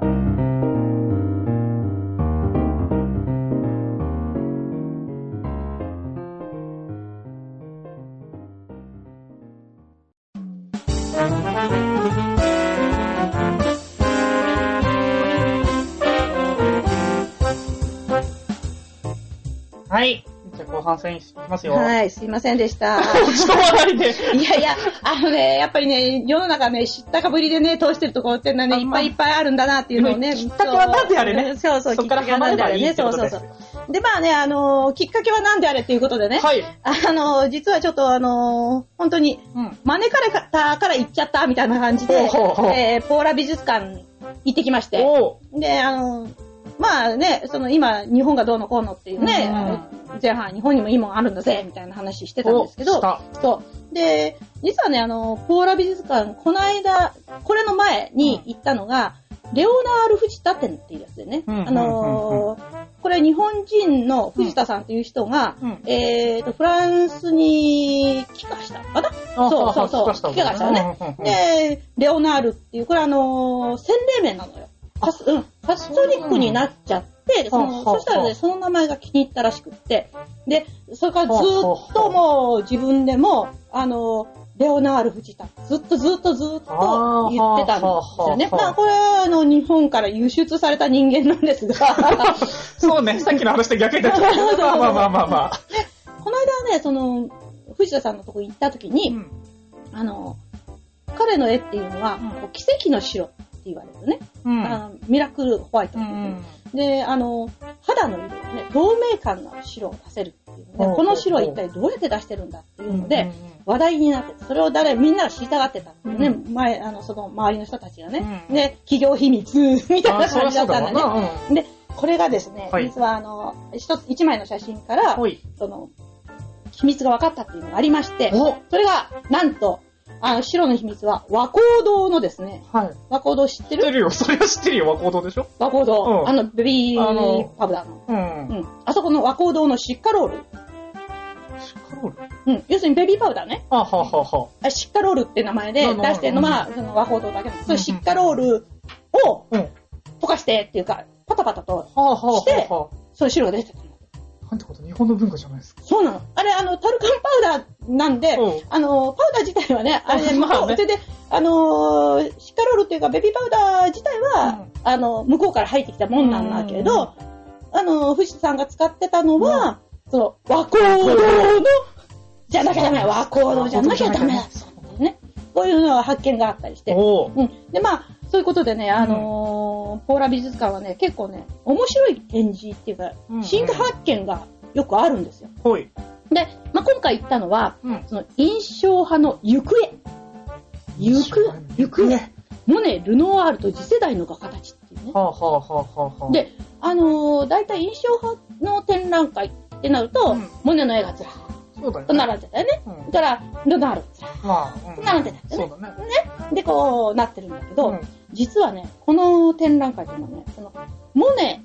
Speaker 3: はい。じゃあ後半戦いきますよ。い。
Speaker 2: はい、すいませんでした。
Speaker 3: 落 [laughs] ち込まないで。
Speaker 2: [laughs] いやいや、あのね、やっぱりね、世の中ね、知ったかぶりでね、通してるところってのはね、い
Speaker 3: あ
Speaker 2: っ
Speaker 3: まあ
Speaker 2: ぱいいっぱいあるんだなっていうのをね、
Speaker 3: きっかけはなんであれね
Speaker 2: そうそう、
Speaker 3: そっから
Speaker 2: きっかけはなんであれ
Speaker 3: 離れればいい
Speaker 2: ね、
Speaker 3: って
Speaker 2: そう
Speaker 3: こと
Speaker 2: そう
Speaker 3: です
Speaker 2: そ
Speaker 3: よ
Speaker 2: う。で、まあね、あのー、きっかけはなんであれっていうことでね、
Speaker 3: はい。
Speaker 2: あのー、実はちょっとあのー、本当に、
Speaker 3: うん。
Speaker 2: 招かれたから行っちゃったみたいな感じで、
Speaker 3: ほうほうほう
Speaker 2: えーポーラ美術館に行ってきまして、
Speaker 3: おう
Speaker 2: で、あのー、まあね、その今、日本がどうのこうのっていうね、前半、日本にもいいもんあるんだぜ、みたいな話してたんですけ
Speaker 3: お
Speaker 2: ど、
Speaker 3: した
Speaker 2: そう。で、実はね、あの、ポーラ美術館、この間、これの前に行ったのが、レオナール・藤田展っていうやつでね、
Speaker 3: うん
Speaker 2: あのーこれ日本人の藤田さんっていう人が、
Speaker 3: うん。
Speaker 2: えーと、フランスに帰化したのかなそうそうそう
Speaker 3: あ聞きま
Speaker 2: 聞きましたよ
Speaker 3: ね
Speaker 2: で、レオナールっていう、これあのー洗礼名なのよ。カスうん、カストリックになっちゃって、そ
Speaker 3: は
Speaker 2: の
Speaker 3: あはあ
Speaker 2: そしたら
Speaker 3: はあ
Speaker 2: ね、その名前が気に入ったらしくって、で、それからずっ
Speaker 3: はあはあ
Speaker 2: ともう自分でも、あのーレオナール・藤田、ずっとずっとずっと言ってたんですよね。
Speaker 3: はあはあはあはあ
Speaker 2: まあ、これはあの日本から輸出された人間な
Speaker 3: [laughs]
Speaker 2: んですが、
Speaker 3: そうね、さっきの話と逆になっちゃった。まあまあまあまあ。
Speaker 2: この間ね、その、藤田さんのとこ行った時に、
Speaker 3: うん
Speaker 2: あの、彼の絵っていうのは、
Speaker 3: うん
Speaker 2: こう奇跡の白って言われるね、
Speaker 3: うん
Speaker 2: あのミラクルホワイト、
Speaker 3: うん
Speaker 2: で、あの、肌の色をね、透明感の白を出せるっていうね、
Speaker 3: ほう
Speaker 2: この白は一体どうやって出してるんだっていうの
Speaker 3: うん
Speaker 2: で、話題になって、それを誰、みんなが知りたがってたんだよね、
Speaker 3: う
Speaker 2: 前、あの、その周りの人たちがね、
Speaker 3: うん
Speaker 2: で、企業秘密みたい
Speaker 3: あ
Speaker 2: な
Speaker 3: そりゃ
Speaker 2: [laughs] 感じだ
Speaker 3: そう
Speaker 2: った
Speaker 3: だ
Speaker 2: ん
Speaker 3: わ
Speaker 2: だね。
Speaker 3: な。
Speaker 2: で、これがですね、
Speaker 3: はい
Speaker 2: 実はあの、一つ、一枚の写真から
Speaker 3: うん。、おい。
Speaker 2: その、秘密が分かったっていうのがありまして、
Speaker 3: お
Speaker 2: それが、なんと、あの、白の秘密は、和光堂のですね、
Speaker 3: はい。
Speaker 2: 和光堂知って
Speaker 3: 知って
Speaker 2: る
Speaker 3: るよ。それは知ってるよ。和光堂でしょ
Speaker 2: 和光堂、
Speaker 3: うん
Speaker 2: あの、ベビ
Speaker 3: あの
Speaker 2: ーパブだの。
Speaker 3: うん
Speaker 2: う。ん。あそこの和光堂のシッカロール。
Speaker 3: シカロール
Speaker 2: うん。要するにベビーパウダーね。
Speaker 3: あははは
Speaker 2: あシッカロールって名前
Speaker 3: な
Speaker 2: で
Speaker 3: るほ
Speaker 2: 出
Speaker 3: ど
Speaker 2: してるのは、その和光堂だけなの。そううんシッカロールを
Speaker 3: うん
Speaker 2: 溶かしてっていうか、パタパタ
Speaker 3: は。
Speaker 2: と、
Speaker 3: はあはあは
Speaker 2: して
Speaker 3: あは
Speaker 2: そういう汁が出てたの。
Speaker 3: あ。なんてこと、日本の文化じゃないですか。
Speaker 2: そうなの。あれ、あの、タルカンパウダーなんで、
Speaker 3: うん
Speaker 2: あの、パウダー自体は [laughs] ね、あれ、
Speaker 3: ま
Speaker 2: 向
Speaker 3: あね
Speaker 2: こう、それで、あのーシッカロールっていうか、ベビーパウダー自体は、あの、向こうから入ってきたもんなんだけど、あの、藤田さんが使ってたのは、その、和光堂の、じゃなきゃダメ、和光堂じゃなきゃダメだ、そうね。こういうのは発見があったりして、
Speaker 3: おお。
Speaker 2: うん。で、まあ、そういうことでね、あのーポーラ美術館はね、結構ね、面白い展示っていうか、
Speaker 3: うん
Speaker 2: 新発見がよくあるんですよ。
Speaker 3: ほい。
Speaker 2: で、まあ、今回行ったのは、
Speaker 3: うん
Speaker 2: その印象派の行方。行方行方モネ、ルノワールと次世代の画家たちっていうね
Speaker 3: は。あはあはあはあはあ。、
Speaker 2: で、あのー、大体印象派の展覧会ってなると、
Speaker 3: うん
Speaker 2: モネの絵がずらーっ
Speaker 3: そうだよ
Speaker 2: と
Speaker 3: ね。
Speaker 2: 並んでたよね。
Speaker 3: うん
Speaker 2: だから、ルノワールがずら
Speaker 3: まあ、う
Speaker 2: 並んでた
Speaker 3: そうだね。
Speaker 2: ーで、こうなってるんだけど、
Speaker 3: うん
Speaker 2: 実はね、この展覧会っていうのはね、その、モネ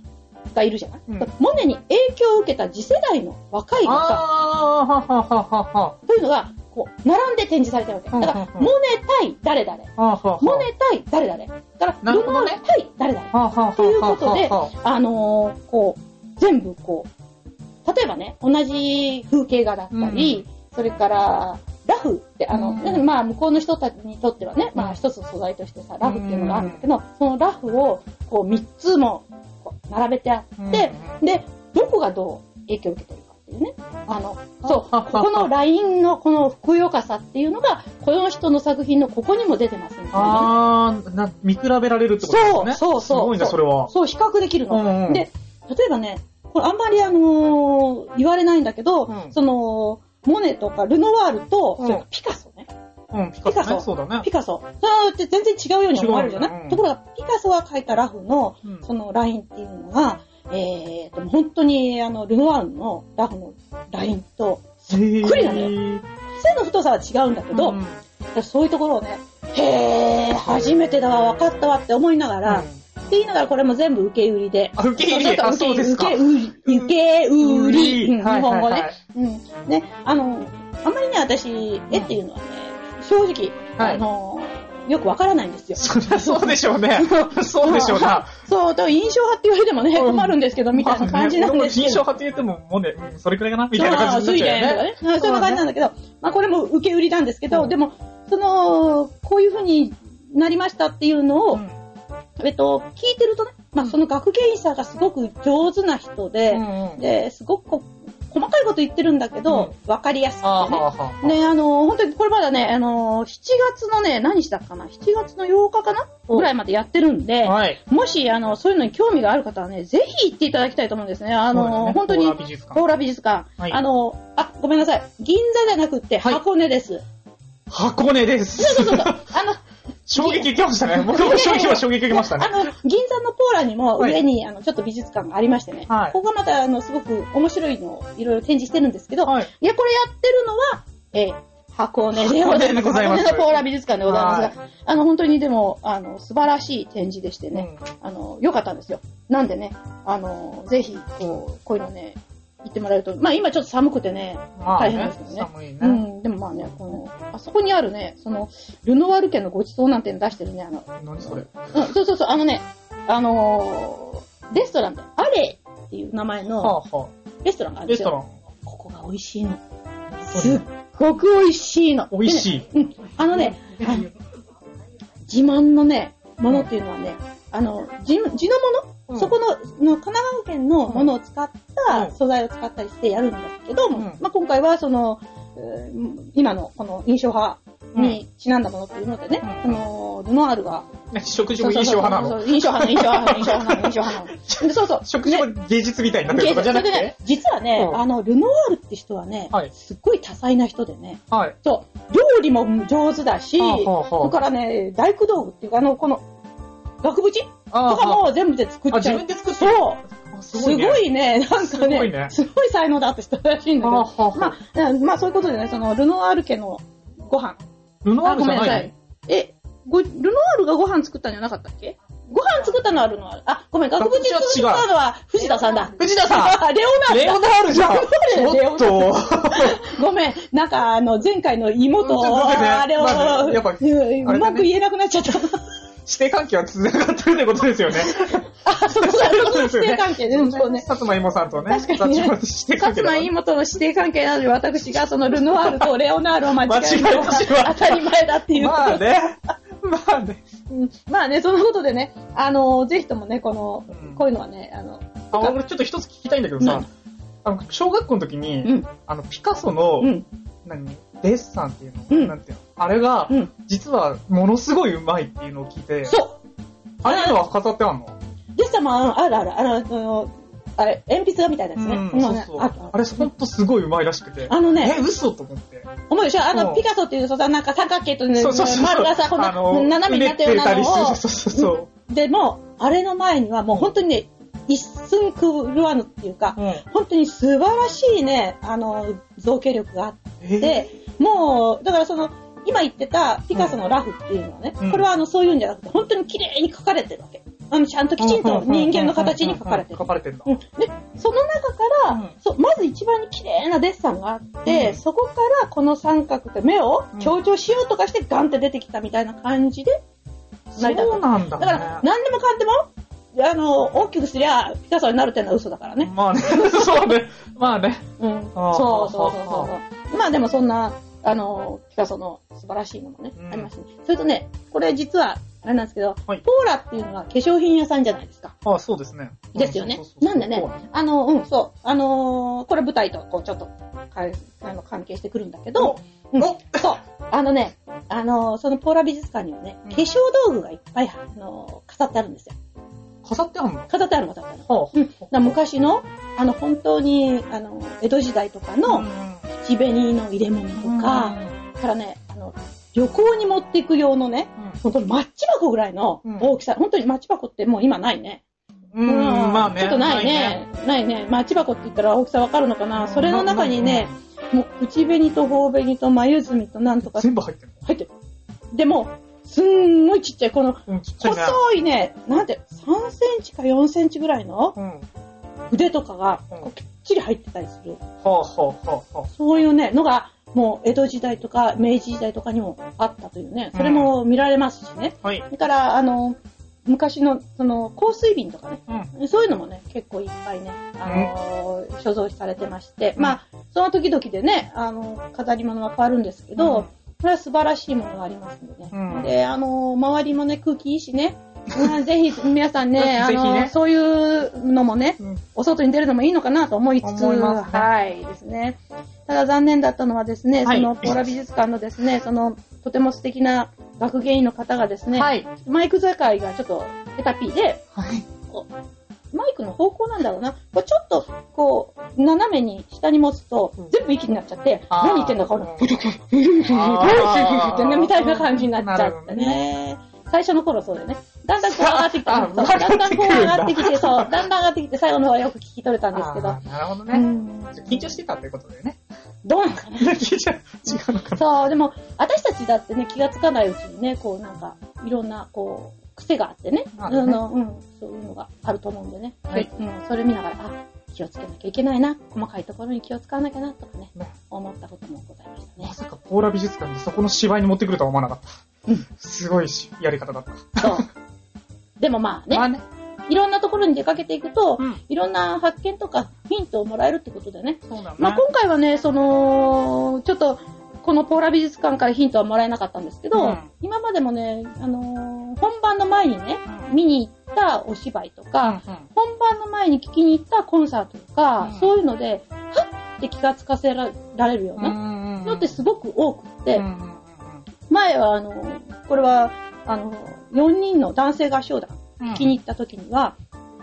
Speaker 2: がいるじゃない、
Speaker 3: うん
Speaker 2: モネに影響を受けた次世代の若い
Speaker 3: あ
Speaker 2: 画家。
Speaker 3: あ、ははははは。
Speaker 2: というのが、こう、並んで展示されてるわけ。だ
Speaker 3: う
Speaker 2: か
Speaker 3: ん
Speaker 2: ら
Speaker 3: うん、うん
Speaker 2: モネ対誰々。
Speaker 3: はあはあはあ。
Speaker 2: モネ対誰々。だか
Speaker 3: な
Speaker 2: ら、
Speaker 3: る
Speaker 2: ル
Speaker 3: ほど
Speaker 2: ノー
Speaker 3: ね
Speaker 2: ル対誰々。
Speaker 3: はあはあはあはあ。
Speaker 2: ということで
Speaker 3: は
Speaker 2: あのー、こう、全部こう、例えばね、同じ風景画だったり、それから、ラフって、あの、
Speaker 3: うん
Speaker 2: まあ、向こうの人たちにとってはね、まあ、一つの素材としてさ、ラフっていうのがあるんだけど、そのラフを、こう、三つも、こう、並べてあって、
Speaker 3: うん
Speaker 2: で、どこがどう影響を受けてるかっていうね。あの、そう、
Speaker 3: あ
Speaker 2: ここのラインのこのふくよかさっていうのが、この人の作品のここにも出てますみたいなね。
Speaker 3: ああ、な、見比べられるってことですね。
Speaker 2: そうそうそう
Speaker 3: すごいね、それは。
Speaker 2: そう、比較できるの。
Speaker 3: うんうん
Speaker 2: で、例えばね、これあんまりあのー言われないんだけど、
Speaker 3: うん
Speaker 2: その、モネとかルノワールと、
Speaker 3: うん
Speaker 2: それからピカソね。
Speaker 3: うん、ピカ
Speaker 2: ピカ
Speaker 3: ソね。
Speaker 2: ソ
Speaker 3: そうだね。
Speaker 2: ピカソ。それって全然違うように思われるじゃ
Speaker 3: 違う
Speaker 2: ない、
Speaker 3: うん
Speaker 2: ところが、ピカソが描いたラフの、
Speaker 3: うん
Speaker 2: そのラインっていうのが、えー、と本当にあのルノワールのラフのラインと、
Speaker 3: そっく
Speaker 2: くりなのよ
Speaker 3: よ。
Speaker 2: 線の太さは違うんだけど、
Speaker 3: うん
Speaker 2: そういうところをね、へー、初めてだわ、分かったわって思いながら、って言いながらこれも全部受け売りで。
Speaker 3: あ、受け入
Speaker 2: ちょっ
Speaker 3: れ、
Speaker 2: と
Speaker 3: あ、そうですか
Speaker 2: 受。け売り、受け売り、うん日
Speaker 3: はい
Speaker 2: 本語
Speaker 3: はいは
Speaker 2: ね。
Speaker 3: い
Speaker 2: うん。ね、あの、あんまりね、私、絵っていうのはね、正直、
Speaker 3: はい
Speaker 2: あの、よくわからないんですよ。
Speaker 3: そ [laughs] りゃ
Speaker 2: [laughs]
Speaker 3: そうでしょうね。そうでしょうな。
Speaker 2: そう、だから印象派って言われてもね、
Speaker 3: うん
Speaker 2: 困るんですけど、みたいな感じなんです
Speaker 1: 金
Speaker 2: け
Speaker 1: 賞派
Speaker 2: ど。
Speaker 1: って言っても、もうね、うんそれくらいかなみたいな
Speaker 2: あ
Speaker 1: 感
Speaker 2: あ、
Speaker 1: じ
Speaker 2: 水
Speaker 1: になっちゃうよ
Speaker 2: 蓮と
Speaker 1: ね。
Speaker 2: かね。そういう感じなんだけど、まあこれも受け売りなんですけ
Speaker 1: う
Speaker 2: ど、
Speaker 1: ん
Speaker 2: でも、その、こういうふうになりましたっていうのを、えっと、聞いてるとね、まあその学芸員さんがすごく上手な人で、
Speaker 1: うん
Speaker 2: で、すごくこう細かいこと言ってるんだけど、わかりやすくて
Speaker 1: ああ、
Speaker 2: ね。
Speaker 1: はあはあ。
Speaker 2: ね、あの、本当にこれまだね、あの、7月のね、何したかな ?7 月の8日かなぐらいまでやってるんで、
Speaker 3: はい。
Speaker 2: もし、あの、そういうのに興味がある方はね、ぜひ行っていただきたいと思うんですね。あ
Speaker 1: そうです
Speaker 2: の、
Speaker 1: ね
Speaker 2: 本当に
Speaker 1: ポーラ美術館
Speaker 2: ポーラ美術館。
Speaker 3: はい
Speaker 2: あの、あ、ごめんなさい。銀座じゃなくって、
Speaker 3: はい
Speaker 2: 箱根です。
Speaker 3: 箱根です。
Speaker 2: そ
Speaker 1: [laughs]
Speaker 2: うそうそう。あの、
Speaker 1: 衝撃受けましたね。僕も衝撃は衝撃受けました
Speaker 2: あ
Speaker 1: ね。
Speaker 2: の、銀座のポーラにも
Speaker 1: はい
Speaker 2: 上に、あの、ちょっと美術館がありましてね。
Speaker 1: はい
Speaker 2: ここがまた、あの、すごく面白いのをいろいろ展示してるんですけど、
Speaker 1: はい。
Speaker 2: いや、これやってるのは、えー箱根で
Speaker 1: 箱根でございます
Speaker 2: 箱根のポーラ美術館でございますが、あの、本当にでも、あの、素晴らしい展示でして
Speaker 1: う
Speaker 2: ね、
Speaker 1: ん
Speaker 2: あの、良かったんですよ。なんでね、あの、ぜひ、こう、こういうのね、行ってもらえると、まあ今ちょっと寒くてね、
Speaker 1: まあ
Speaker 2: 大変で
Speaker 1: ね
Speaker 2: すけど、ね
Speaker 1: 寒いうね。
Speaker 2: ん、でもまあね、この、あそこにあるね、その、ルノワール家のごちそうなんていうの出してるね、あの、
Speaker 1: 何それ。
Speaker 2: うん、そうそうそう、あのね、あのーレストランで、アレっていう名前の
Speaker 1: はあは
Speaker 2: レストランがあ
Speaker 1: あ。
Speaker 2: るん
Speaker 1: レ
Speaker 2: で
Speaker 1: ス
Speaker 2: す
Speaker 1: ト
Speaker 2: よ。
Speaker 1: ラン。
Speaker 2: ここが美味しいの。
Speaker 1: そう
Speaker 2: すっごく美味しいの。
Speaker 3: 美味しい。
Speaker 2: でねうん。あのね、あの自慢のね、ものっていうのはね、あの、地地のもの、
Speaker 1: うん
Speaker 2: そこのの神奈川県のものを使っ
Speaker 1: う
Speaker 2: た
Speaker 1: ん
Speaker 2: 素材を使ったりしてやるんだけど、
Speaker 1: ん
Speaker 2: まあ、今回はその、うん今のこの印象派にちなんだものっていうのでね、
Speaker 1: うん
Speaker 2: その、ルノアールが、
Speaker 1: ね食事も印象派な
Speaker 2: そう
Speaker 1: の。
Speaker 2: そうそう印象派の、印象派の、印象派の、印
Speaker 1: [laughs]
Speaker 2: 象派の。でそうそう。
Speaker 1: 食事も芸術みたいになってるとかじゃなく
Speaker 2: それ
Speaker 1: て
Speaker 2: でね。実はね、
Speaker 1: うん
Speaker 2: あの、ルノワールって人はね、
Speaker 1: はい
Speaker 2: すっごい多彩な人でね、
Speaker 1: はい。
Speaker 2: そう、料理も上手だし、
Speaker 1: はあはあは
Speaker 2: そ
Speaker 1: あ
Speaker 2: れからね、大工道具っていうか、あの、この、額縁とかも全部で作
Speaker 1: あ、
Speaker 2: っ
Speaker 1: 自
Speaker 2: ちゃう。
Speaker 1: 分で作ってる
Speaker 2: そう。
Speaker 1: あす
Speaker 2: す
Speaker 1: ご
Speaker 2: ご
Speaker 1: いね。
Speaker 2: いね、 [laughs] なんか
Speaker 1: すごい
Speaker 2: ね
Speaker 1: ね、
Speaker 2: すごい才能だった人らしいんだけ
Speaker 1: はあ
Speaker 2: ど、
Speaker 1: はあ
Speaker 2: まあ、まあそういうことでね、その、ルノワール家のご飯、
Speaker 1: ルノ
Speaker 2: あ
Speaker 1: アールじ
Speaker 2: ごめ
Speaker 1: ゃ
Speaker 2: んな
Speaker 1: な
Speaker 2: さ
Speaker 1: い
Speaker 2: い。え、ごルノワールがご飯作ったんじゃなかったっけご飯作ったのはルノワール。あ、ごめん、額縁作ったのは藤田さんだ。
Speaker 1: 藤田さ
Speaker 2: [laughs] あ、レオ
Speaker 1: んレ
Speaker 2: ナ
Speaker 1: オ
Speaker 2: ル
Speaker 1: ナールじゃん
Speaker 2: [laughs] レオナ
Speaker 1: ちょ
Speaker 2: ール
Speaker 1: っと
Speaker 2: ド。ごめん、なんかあの、前回の妹
Speaker 1: うんそう
Speaker 2: を、
Speaker 1: そうそうね
Speaker 2: あれを、
Speaker 1: まあねやっぱ
Speaker 2: うん
Speaker 1: あれだね
Speaker 2: うまく言えなくなっ
Speaker 1: [laughs]
Speaker 2: ちゃった。
Speaker 1: 指定関係は続なかったってことですよね。
Speaker 2: あ、そうそう、
Speaker 1: そういうことで
Speaker 2: 指
Speaker 1: すよね
Speaker 2: 定関係で、うんそうね。
Speaker 1: 薩摩芋さんとね。
Speaker 2: 確かにね
Speaker 1: 薩摩指定
Speaker 2: 薩
Speaker 1: 関係だ
Speaker 2: 摩
Speaker 1: から
Speaker 2: 妹の指定関係なので、私がそのルノワールとレオナールを間違える
Speaker 1: 間違
Speaker 2: の
Speaker 1: えてしま
Speaker 2: は
Speaker 1: った
Speaker 2: 当たり前だっていうこと
Speaker 1: まあ
Speaker 2: [laughs]
Speaker 1: ね。まあね。
Speaker 2: うんまあね、そのことでね、あの、ぜひともね、この
Speaker 1: うん、
Speaker 2: こういうのはね、あの、
Speaker 1: あ、俺ちょっと一つ聞きたいんだけどさ
Speaker 2: 何、
Speaker 1: あの、小学校の時
Speaker 2: う
Speaker 1: に、
Speaker 2: ん、
Speaker 1: あの、ピカソの
Speaker 2: う、ん、
Speaker 1: 何、デッサンっていうの、
Speaker 2: うん
Speaker 1: なんていうのあれが
Speaker 2: う、ん。
Speaker 1: 実はものすごいうまいっていうのを聞いて、
Speaker 2: そう
Speaker 1: あれのは飾ってあんの
Speaker 2: でしたまあ、あるある、あの、あのあれ、鉛筆画みたいなやつね。
Speaker 1: うん、そう
Speaker 2: ね
Speaker 1: そう。
Speaker 2: あ
Speaker 1: あれほんとすごいうまいらしくて。
Speaker 2: あのね、
Speaker 1: え、嘘と思って。
Speaker 2: 思うでしょあ
Speaker 1: うん
Speaker 2: の、ピカソっていう、そうさ、なんか三角形とね、
Speaker 1: そうそうそうそう。
Speaker 2: 丸がさ、こんな
Speaker 1: あの
Speaker 2: 斜めになったようなの
Speaker 1: うね
Speaker 2: を
Speaker 1: っ、てたりそうそうそう
Speaker 2: でも、あれの前にはもう本当にね、一寸狂わぬっていうか
Speaker 1: そう。、うん。
Speaker 2: 本当に素晴らしいね、あの、造形力があっ
Speaker 1: え
Speaker 2: て、もう、だからその、今言ってたピカソのラフっていうのはね、
Speaker 1: うん
Speaker 2: これはあの、そういうんじゃなくて、本当に綺麗に描かれてるわけ。あの、ちゃんときちんと人間の形に描かれてる
Speaker 1: 書。かれてんだ。
Speaker 2: うん、でその中から、
Speaker 1: うん
Speaker 2: そうまず一番に綺麗なデッサンがあって、
Speaker 1: うん
Speaker 2: そこからこの三角で目を
Speaker 1: うん
Speaker 2: 強調しようとかしてガンって出てきたみたいな感じで成り立
Speaker 1: そう
Speaker 2: っ
Speaker 1: なんだ
Speaker 2: た。
Speaker 1: ね。
Speaker 2: だから何でもかんでもあの大きくすりゃピカソになるっていうのは嘘だからね。
Speaker 1: まあ
Speaker 2: [laughs]
Speaker 1: ね、そうね。まあね。
Speaker 2: うん、そう
Speaker 1: あー
Speaker 2: そうそう
Speaker 1: あー
Speaker 2: そうそう。まあでもそんなあのピカソの素晴らしいものね、
Speaker 1: うん
Speaker 2: ありましたね。それとねこれ実はあれなんですけど、
Speaker 1: はい
Speaker 2: ポーラっていうのは化粧品屋さんじゃないですか。
Speaker 1: あそうですね。
Speaker 2: ですよね
Speaker 1: そうそうそう
Speaker 2: なんでね
Speaker 1: そう
Speaker 2: あの、うん、そう。あのーこれ舞台と、こう、ちょっと、かいあの関係してくるんだけど、うん
Speaker 1: お
Speaker 2: そう。あのね、あのーそのポーラ美術館にはね
Speaker 1: うん、
Speaker 2: 化粧道具がいっぱい、あのー飾ってあるんですよ。
Speaker 1: 飾ってあんのは
Speaker 2: 飾ってあるの、飾ってあるの。だ
Speaker 1: あ、
Speaker 2: かうんら昔の、あの、本当に、あの、江戸時代とかの、口紅の入れ物とか、からね、あの、旅行に持っていく用のね、本当にマッチ箱ぐらいの大きさ、本当にマッチ箱ってもう今ないね。
Speaker 1: うん、うん、まあね。
Speaker 2: ちょっとないね。ないね。マッチ箱って言ったら大きさわかるのか
Speaker 1: う
Speaker 2: な。
Speaker 1: ん
Speaker 2: それの中にね、もう口紅と頬紅と眉墨となんとか
Speaker 1: 全部入ってる
Speaker 2: 入ってる。でも、すんごいちっちゃい、この
Speaker 1: の。うん、ちっちゃいね。
Speaker 2: 細いね、なんて、3センチか4センチぐらいの
Speaker 1: うん。は
Speaker 2: 筆とかが
Speaker 1: うん
Speaker 2: こうきっちり入ってたりする。
Speaker 1: あ、はあ、はあ、は
Speaker 2: そういうね、のが、もう江戸時代とか明治時代とかにもあったというね、それも見られますしね。
Speaker 3: はい。
Speaker 2: だから、あの、昔の、その、香水瓶とかね、そういうのもね、結構いっぱいね、あのー所蔵されてまして、
Speaker 3: うん
Speaker 2: まあ、その時々でね、あの、飾り物は変わるんですけど、
Speaker 3: うん
Speaker 2: これは素晴らしいものがありますんでね。
Speaker 3: うん
Speaker 2: で、あのー周りもね、空気いいしね、
Speaker 3: [laughs]
Speaker 2: うんぜひ皆さんね、あ
Speaker 3: ぜひね
Speaker 2: のーそういうのもね、
Speaker 3: うん
Speaker 2: お外に出るのもいいのかなと思いつつ、
Speaker 3: 思いますね
Speaker 2: はい、ですね。ただ残念だったのはですね、
Speaker 3: はい
Speaker 2: その、ポーラ美術館のですね、その、とても素敵な学芸員の方がですね、
Speaker 3: はい。
Speaker 2: マイク使いがちょっとヘタピーで、
Speaker 3: はい。
Speaker 2: マイクの方向なんだろうな。こうちょっと、こう、斜めに下に持つと
Speaker 3: うん、
Speaker 2: 全部息になっちゃって、
Speaker 3: あー
Speaker 2: 何言ってんだか、これ、ふふふふふ [laughs]
Speaker 3: あー
Speaker 2: ってね、みたいな感じになっちゃってね。最初の頃そうだよね。だんだんこう上がってきた。
Speaker 3: あ
Speaker 2: そう
Speaker 3: 上がって
Speaker 2: だ
Speaker 3: くる
Speaker 2: ん
Speaker 3: んだ
Speaker 2: だんこう上がってきて、そう、だんだん上がってきて、最後の方はよく聞き取れたんですけど
Speaker 1: あ。ーなるほど
Speaker 2: う
Speaker 1: ね。
Speaker 2: ん
Speaker 1: 緊張してたってことだよね。 [laughs]
Speaker 2: どうなんかな
Speaker 1: 緊張、違うのかな。
Speaker 2: そう、でも、私たちだってね、気がつかないうちにね、こうなんか、いろんな、こう、癖があってね、
Speaker 1: まあ
Speaker 2: あ
Speaker 1: ね
Speaker 2: の、うん、そういうのがあると思うんでね。
Speaker 3: はい
Speaker 2: うん、それ見ながら、あ、気をつけなきゃいけないな、細かいところに気を使わなきゃな、とかね
Speaker 1: ね、
Speaker 2: 思ったこともございましたね
Speaker 1: ま。さかポーラ美術館にそこの芝居に持ってくるとは思わなかった。
Speaker 2: うん
Speaker 1: すごいしやり方だった。
Speaker 2: そう。 [laughs] でもまあね、
Speaker 1: まあね。
Speaker 2: いろんなところに出かけていくと、
Speaker 3: うん
Speaker 2: いろんな発見とかヒントをもらえるってことでね。
Speaker 3: そうだ
Speaker 2: まあ、今回はね、その、ちょっと、このポーラ美術館からヒントはもらえなかったんですけど、
Speaker 3: うん
Speaker 2: 今までもね、あのー本番の前にね、
Speaker 3: うん
Speaker 2: 見に行ったお芝居とか、
Speaker 3: うん
Speaker 2: 本番の前に聞きに行ったコンサートとか、
Speaker 3: うん
Speaker 2: そういうので、はっって気がつかせられるような
Speaker 3: うん
Speaker 2: のってすごく多くって、
Speaker 3: うんうんうん
Speaker 2: 前はあのーこれは、あの4人の男性合唱団
Speaker 3: うん
Speaker 2: 聞きに行った時には、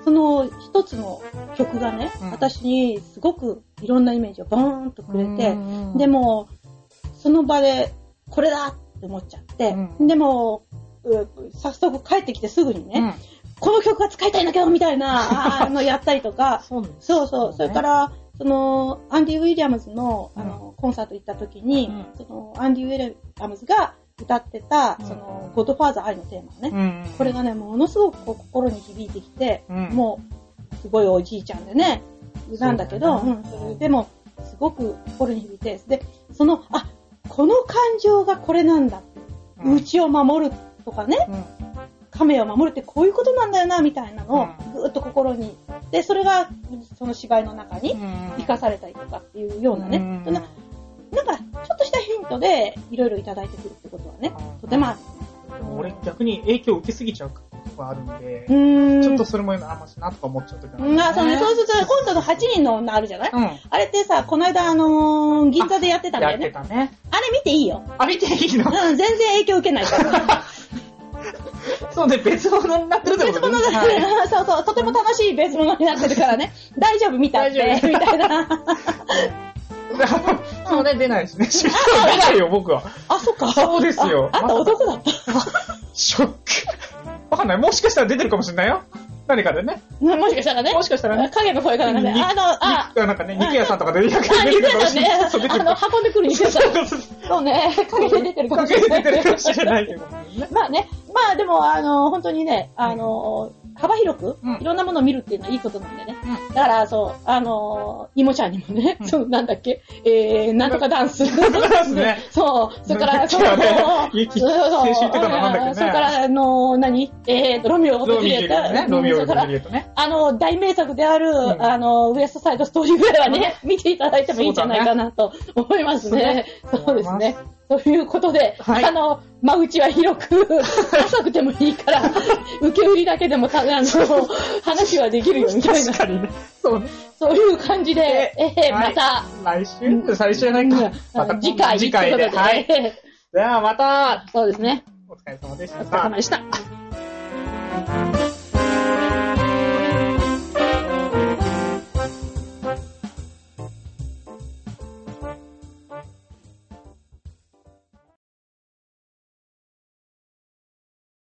Speaker 2: その一つの曲がね、
Speaker 3: うん
Speaker 2: 私にすごくいろんなイメージをボーンとくれて、
Speaker 3: うん
Speaker 2: でも、その場でこれだって思っちゃって、
Speaker 3: うん
Speaker 2: でも、う早速帰ってきてすぐにね、
Speaker 3: うん
Speaker 2: この曲が使いたいんだけどみた
Speaker 3: [laughs]
Speaker 2: いなあーあのやったりとか、
Speaker 3: そうなんです
Speaker 2: そうそう、それから、その、アンディ・ウィリアムズの
Speaker 3: うん
Speaker 2: あのコンサート行った時に、
Speaker 3: うん
Speaker 2: その、アンディ・ウィリアムズが歌ってた、
Speaker 3: うん
Speaker 2: その、ゴッドファーザー愛のテーマをね、
Speaker 3: うん
Speaker 2: これがね、ものすごくこう心に響いてきて、
Speaker 3: うん
Speaker 2: もう、すごいおじいちゃんでね、なんだけど、
Speaker 3: そうだよ
Speaker 2: うんそれでも、すごく心に響いて、で、その、あ、この感情がこれなんだ。
Speaker 3: うん
Speaker 2: 家を守るとかね、
Speaker 3: うん
Speaker 2: 亀を守るってこういうことなんだよな、みたいなの
Speaker 3: う
Speaker 2: を、ぐーっと心に。で、それが、その芝居の中に
Speaker 3: うん
Speaker 2: 生かされたりとかっていうようなね、
Speaker 3: うん
Speaker 2: そんな、なんか、ちょっとしたヒントで、いろいろいただいてくるってことはね、とてもある。
Speaker 1: でも俺逆に影響受けすぎちゃうことがあるんで、
Speaker 2: うーん
Speaker 1: ちょっとそれもあんましなとか思っちゃうとき
Speaker 2: うんまあ、そうね、そう
Speaker 1: う。
Speaker 2: すると、今度の8人の女あるじゃない
Speaker 1: うん。
Speaker 2: あれってさ、この間、あのー銀座でやってたんだ
Speaker 1: や
Speaker 2: よ
Speaker 1: って
Speaker 2: ね。
Speaker 1: たね。
Speaker 2: あれ見ていいよ。
Speaker 1: あ、見ていい
Speaker 2: うん、
Speaker 1: の
Speaker 2: 全然影響受けない
Speaker 1: [laughs]
Speaker 2: から。
Speaker 1: そうね、別物になってるってこ
Speaker 2: 別
Speaker 1: と
Speaker 2: 物だ
Speaker 1: はい
Speaker 2: [laughs] そうそう、とても楽しい別物になってるからね。大丈夫、見たって、
Speaker 1: 大丈夫
Speaker 2: みた
Speaker 1: [laughs]
Speaker 2: いな。
Speaker 1: そうね、出ないしね。出ないよ、僕は。
Speaker 2: あ、そっか。
Speaker 1: そうですよ
Speaker 2: ああんた男だった。
Speaker 1: ショック。わかんない。もしかしたら出てるかもしれないよ。何かでね。
Speaker 2: なもしかしたらね。
Speaker 1: もしかしたらね
Speaker 2: 影の声からね。
Speaker 1: に
Speaker 2: あの、
Speaker 1: [laughs]
Speaker 2: あ、
Speaker 1: 肉なんかね、肉屋さんとかで出て
Speaker 2: あ、
Speaker 1: る
Speaker 2: 肉
Speaker 1: かも
Speaker 2: 屋さ
Speaker 1: し
Speaker 2: ん
Speaker 1: れ
Speaker 2: ね。
Speaker 1: ない。そう、出てるかも
Speaker 2: あの、運んでくる肉屋さん。
Speaker 1: しれない。
Speaker 2: そうね。影で出てるかもし
Speaker 1: かけ
Speaker 2: れ
Speaker 1: て
Speaker 2: な
Speaker 1: る
Speaker 2: い。
Speaker 1: かもしれないけどね。
Speaker 2: まあね、まあでも、あの、本当にね、あの、幅広く
Speaker 3: うん、
Speaker 2: いろんなものを見るっていうのはいいことなんでね。
Speaker 3: う
Speaker 2: だから、そう、あの、いもちゃんにもね、
Speaker 3: うん
Speaker 2: その、なんだっけ、えー、なんとかダンス。
Speaker 1: ダンスね
Speaker 2: そう、それか
Speaker 1: なんだ
Speaker 2: ら、
Speaker 1: っけ
Speaker 2: そう、
Speaker 1: あれ
Speaker 2: そう、
Speaker 1: 雪青春っていうかなんだっけね
Speaker 2: うんそれから、あの、何えーと、ロミオを
Speaker 1: ロミオ
Speaker 2: れた。
Speaker 1: ね、ロミ
Speaker 2: う
Speaker 1: オ
Speaker 2: んそれか
Speaker 1: とジュ
Speaker 2: ら
Speaker 1: リエットね。
Speaker 2: あの、大名作である、
Speaker 1: ん
Speaker 2: あの、ウエストサイドストーリーぐらいはね、見ていただいてもいいんじゃないかなと思いますね。そ
Speaker 1: そうう
Speaker 2: で
Speaker 1: ですす
Speaker 2: ね
Speaker 1: ね。
Speaker 2: ということで、
Speaker 1: はい
Speaker 2: あの、間口は広
Speaker 1: [laughs]
Speaker 2: く、浅くてもいいから、受け売りだけでもた、あの、
Speaker 1: [laughs]
Speaker 2: 話はできるよみたいな
Speaker 1: 確、かにね。そうね。
Speaker 2: そういう感じで、ええ
Speaker 1: は
Speaker 2: ま
Speaker 1: い
Speaker 2: た、
Speaker 1: 来週最初じゃないか。また
Speaker 2: 次回、
Speaker 1: 次回で。
Speaker 2: ということ
Speaker 1: はい。
Speaker 2: ええ
Speaker 1: ではまた、
Speaker 2: そうですね。
Speaker 1: お疲れ様でし
Speaker 2: お
Speaker 1: た。
Speaker 2: 疲れ様でした。